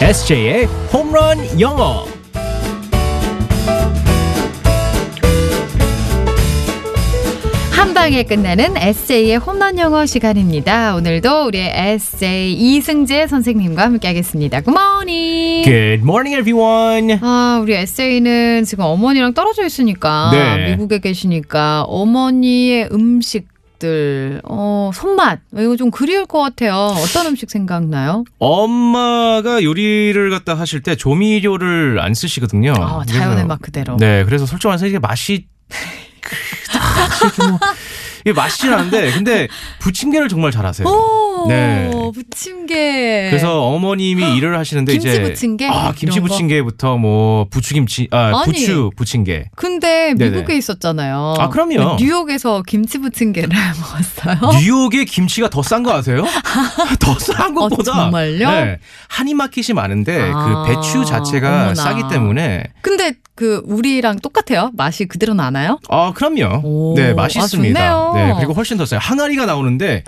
SJ의 홈런 영어. 한 방에 끝나는 에세이의 홈런 영어 시간입니다. 오늘도 우리 에세이 이승재 선생님과 함께하겠습니다. 예. 굿모닝. Good morning, everyone. 아, 우리 에세이는 지금 어머니랑 떨어져 있으니까 네. 미국에 계시니까 어머니의 음식들, 어, 손맛 이거 좀 그리울 것 같아요. 어떤 음식 생각나요? 엄마가 요리를 갖다 하실 때 조미료를 안 쓰시거든요. 아, 자연의 그래서- 맛 그대로. 네, 그래서 솔직히 말해서 이게 맛이 그닥 이렇게 뭐 이게 맛있진 않은데 근데 부침개를 정말 잘하세요. 오, 네. 부침개. 그래서 어머님이 일을 하시는데 김치 이제 부침개? 아 김치 이런 거? 부침개부터 뭐 부추김치 아 아니. 부추 부침개 근데 네네. 미국에 있었잖아요. 아, 그럼요. 뉴욕에서 김치 부침개를 먹었어요. 뉴욕의 김치가 더 싼 거 아세요? 더 싼 것보다 어, 정말요? 네, 한인마켓이 많은데 아, 그 배추 자체가 어머나. 싸기 때문에 근데 그 우리랑 똑같아요? 맛이 그대로 나나요? 아, 그럼요. 오, 네, 아, 좋네요. 맛있습니다. 네, 그리고 훨씬 더 싸요. 항아리가 나오는데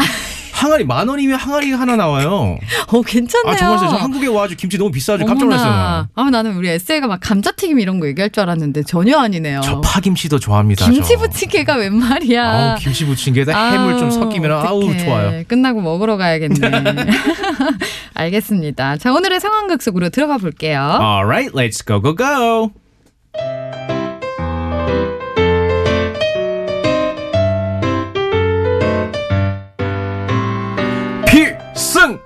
항아리 만 원이면 항아리 하나 나와요. 어 괜찮네요. 아, 정말 싸요. 저 한국에 와 가지고 김치 너무 비싸가지고 깜짝 놀랐어요. 어머나. 아 나는 우리 에세이가 막 감자튀김 이런 거 얘기할 줄 알았는데 전혀 아니네요. 저 파김치도 좋아합니다. 어. 김치 저. 부침개가 웬 말이야? 아우, 김치 부침개에다 해물 좀 아우, 섞이면 아우 어떡해. 좋아요. 끝나고 먹으러 가야겠네. 알겠습니다. 자 오늘의 상황극 속으로 들어가 볼게요. Alright, let's go go go. 필승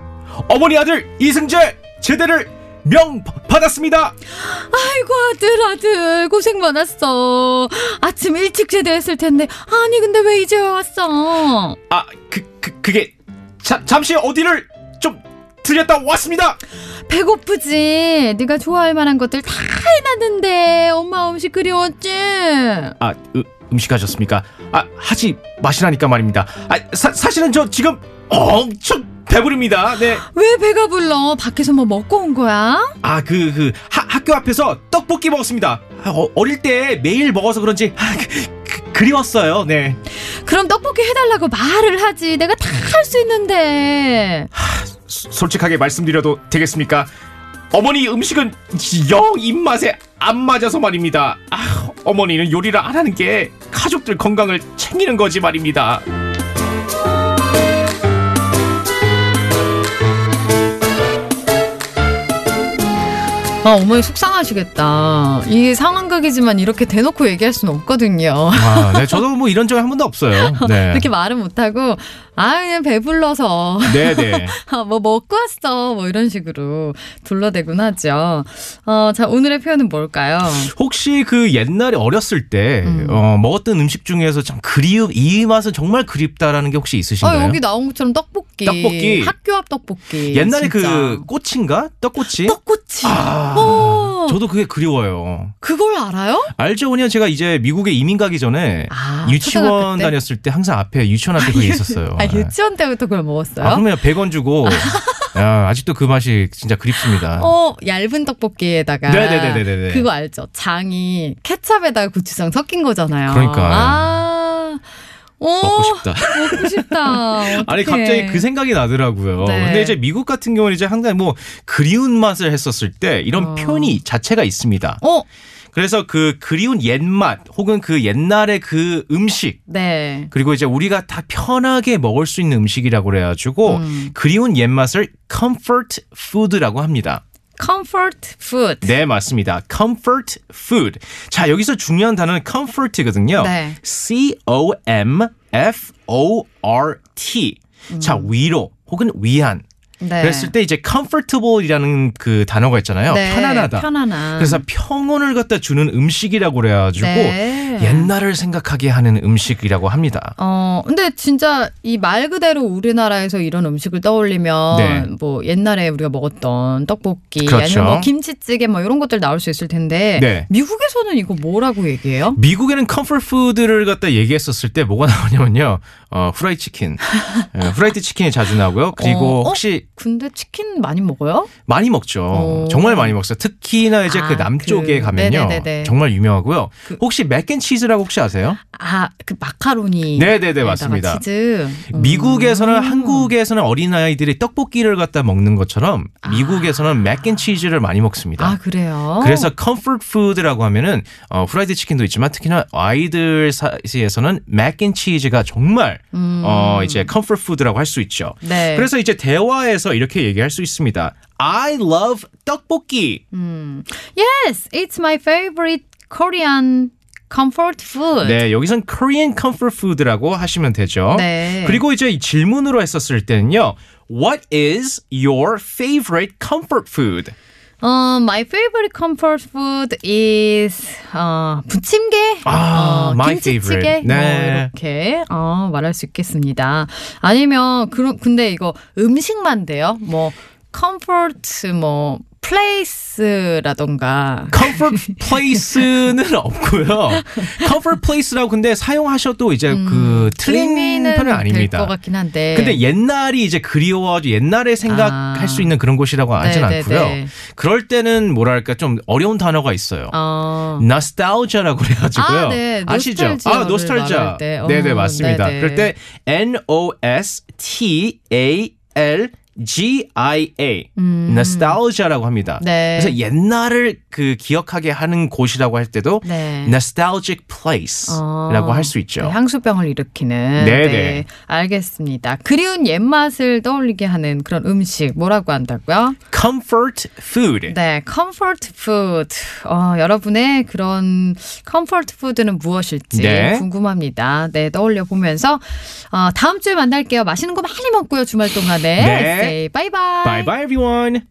어머니 아들 이승재 제대를 명 받았습니다. 아이고 아들 아들 고생 많았어. 아침 일찍 제대했을 텐데 아니 근데 왜 이제 왔어? 아, 그, 그, 그게, 자, 잠시 어디를 좀 들렸다 왔습니다! 배고프지? 네가 좋아할 만한 것들 다 해놨는데 엄마 음식 그리웠지? 아, 으, 음식 하셨습니까? 아, 하지 마시라니까 말입니다. 아, 사, 사실은 저 지금 엄청 배부릅니다. 네. 왜 배가 불러? 밖에서 뭐 먹고 온 거야? 아, 그, 그, 하, 학교 앞에서 떡볶이 먹었습니다. 아, 어, 어릴 때 매일 먹어서 그런지, 아, 그, 그, 그리웠어요. 네. 그럼 떡볶이 해달라고 말을 하지. 내가 다 할 수 있는데. 소- 솔직하게 말씀드려도 되겠습니까? 어머니 음식은 영 입맛에 안 맞아서 말입니다. 아, 어머니는 요리를 안 하는 게 가족들 건강을 챙기는 거지 말입니다. 아, 어머니 속상하시겠다. 이게 상황극이지만 이렇게 대놓고 얘기할 수는 없거든요. 아, 네, 저도 뭐 이런 적이 한 번도 없어요. 네. 이렇게 말은 못하고, 아, 그냥 배불러서. 네, 네. 아, 뭐 먹고 왔어. 뭐 이런 식으로 둘러대곤 하죠. 어, 자, 오늘의 표현은 뭘까요? 혹시 그 옛날에 어렸을 때 음. 어, 먹었던 음식 중에서 참 그리운 이 맛은 정말 그립다라는 게 혹시 있으신가요? 아, 여기 나온 것처럼 떡볶이. 떡볶이. 학교 앞 떡볶이. 옛날에 진짜. 그 꽃인가? 떡꼬치? 떡꼬치. 아, 어. 저도 그게 그리워요. 그걸 알아요? 알죠, 그냥 제가 이제 미국에 이민 가기 전에 아, 초등학교 유치원 때? 다녔을 때 항상 앞에 유치원 앞에 그게 있었어요. 예. 아, 유치원 때부터 그걸 먹었어요? 아, 그러면 100원 주고 야, 아직도 그 맛이 진짜 그립습니다. 어, 얇은 떡볶이에다가. 네네네네네. 그거 알죠? 장이 케찹에다가 고추장 섞인 거잖아요. 그러니까. 아. 오, 먹고 싶다. 먹고 싶다. 아니 어떡해. 갑자기 그 생각이 나더라고요. 네. 근데 이제 미국 같은 경우는 이제 항상 뭐 그리운 맛을 했었을 때 이런 어. 표현이 자체가 있습니다. 어, 그래서 그 그리운 옛맛 혹은 그 옛날의 그 음식 네. 그리고 이제 우리가 다 편하게 먹을 수 있는 음식이라고 그래가지고 음. 그리운 옛맛을 comfort food라고 합니다. comfort food. 네, 맞습니다. comfort food. 자, 여기서 중요한 단어는 comfort거든요. 네. C O M F O R T. 자, 위로 혹은 위안. 음. 네. 그랬을 때 이제 comfortable이라는 그 단어가 있잖아요. 네, 편안하다. 편안한. 음. 그래서 평온을 갖다 주는 음식이라고 그래가지고 네. 옛날을 생각하게 하는 음식이라고 합니다. 어, 근데 진짜 이 말 그대로 우리나라에서 이런 음식을 떠올리면 네. 뭐 옛날에 우리가 먹었던 떡볶이 그렇죠. 아니면 뭐 김치찌개 뭐 이런 것들 나올 수 있을 텐데 네. 미국에서는 이거 뭐라고 얘기해요? 미국에는 comfort food를 갖다 얘기했었을 때 뭐가 나오냐면요. 어, 후라이 치킨, 예, 후라이드 치킨이 자주 나오고요. 그리고 어, 어? 혹시 근데 치킨 많이 먹어요? 많이 먹죠. 오. 정말 많이 먹어요. 특히나 이제 아, 그 남쪽에 그- 가면요, 네네네네. 그 정말 유명하고요. 혹시 맥앤치즈라고 혹시 아세요? 아, 그 마카로니. 네네네 에다가 맞습니다. 치즈. 음. 미국에서는 한국에서는 어린 아이들이 떡볶이를 갖다 먹는 것처럼 미국에서는 맥앤치즈를 많이 먹습니다. 아, 그래요? 그래서 컴포트 푸드라고 하면은 어, 후라이드 치킨도 있지만 특히나 아이들 사이에서는 맥앤치즈가 정말 음. 어, 이제 컴포트 푸드라고 할 수 있죠. 네. 그래서 이제 대화에서 이렇게 얘기할 수 있습니다. I love 떡볶이. 음. Yes, it's my favorite Korean comfort food. 네, 여기선 Korean comfort food라고 하시면 되죠. 네. 그리고 이제 이 질문으로 했었을 때는요. What is your favorite comfort food? 어, my favorite comfort food is 어, 부침개, 아, 어, my 김치찌개 favorite. 네. 뭐 이렇게 어, 말할 수 있겠습니다. 아니면 그런 근데 이거 음식만 돼요? 뭐 comfort 뭐 place라던가 comfort place는 없고요. comfort place라고 근데 사용하셔도 이제 그 틀린 의미는 편은 음, 될것 아닙니다. 같긴 한데. 근데 옛날이 이제 그리워가지고 옛날에 생각할 아. 수 있는 그런 곳이라고 하진 네, 네, 않고요. 네. 그럴 때는 뭐랄까 좀 어려운 단어가 있어요. 어. nostalgia라고 그래가지고요. 아, 네. 시죠 아, 노스탈지아를 nostalgia. 말할 때. 어, 네네, 맞습니다. 네네. 그럴 때 N-O-S-T-A-L-G-I-A. 음. nostalgia라고 합니다. 네. 그래서 옛날을 그 기억하게 하는 곳이라고 할 때도 네. nostalgic place라고 어. 할 수 있죠. 네, 향수병을 일으키는. 네네. 알겠습니다. 그리운 옛맛을 떠올리게 하는 그런 음식 뭐라고 한다고요? comfort food. 네, 컴포트 푸드. 어, 여러분의 그런 컴포트 푸드는 무엇일지 네. 궁금합니다. 네, 떠올려 보면서 어, 다음 주에 만날게요. 맛있는 거 많이 먹고요. 주말 동안에. 네. 바이바이. Bye bye everyone.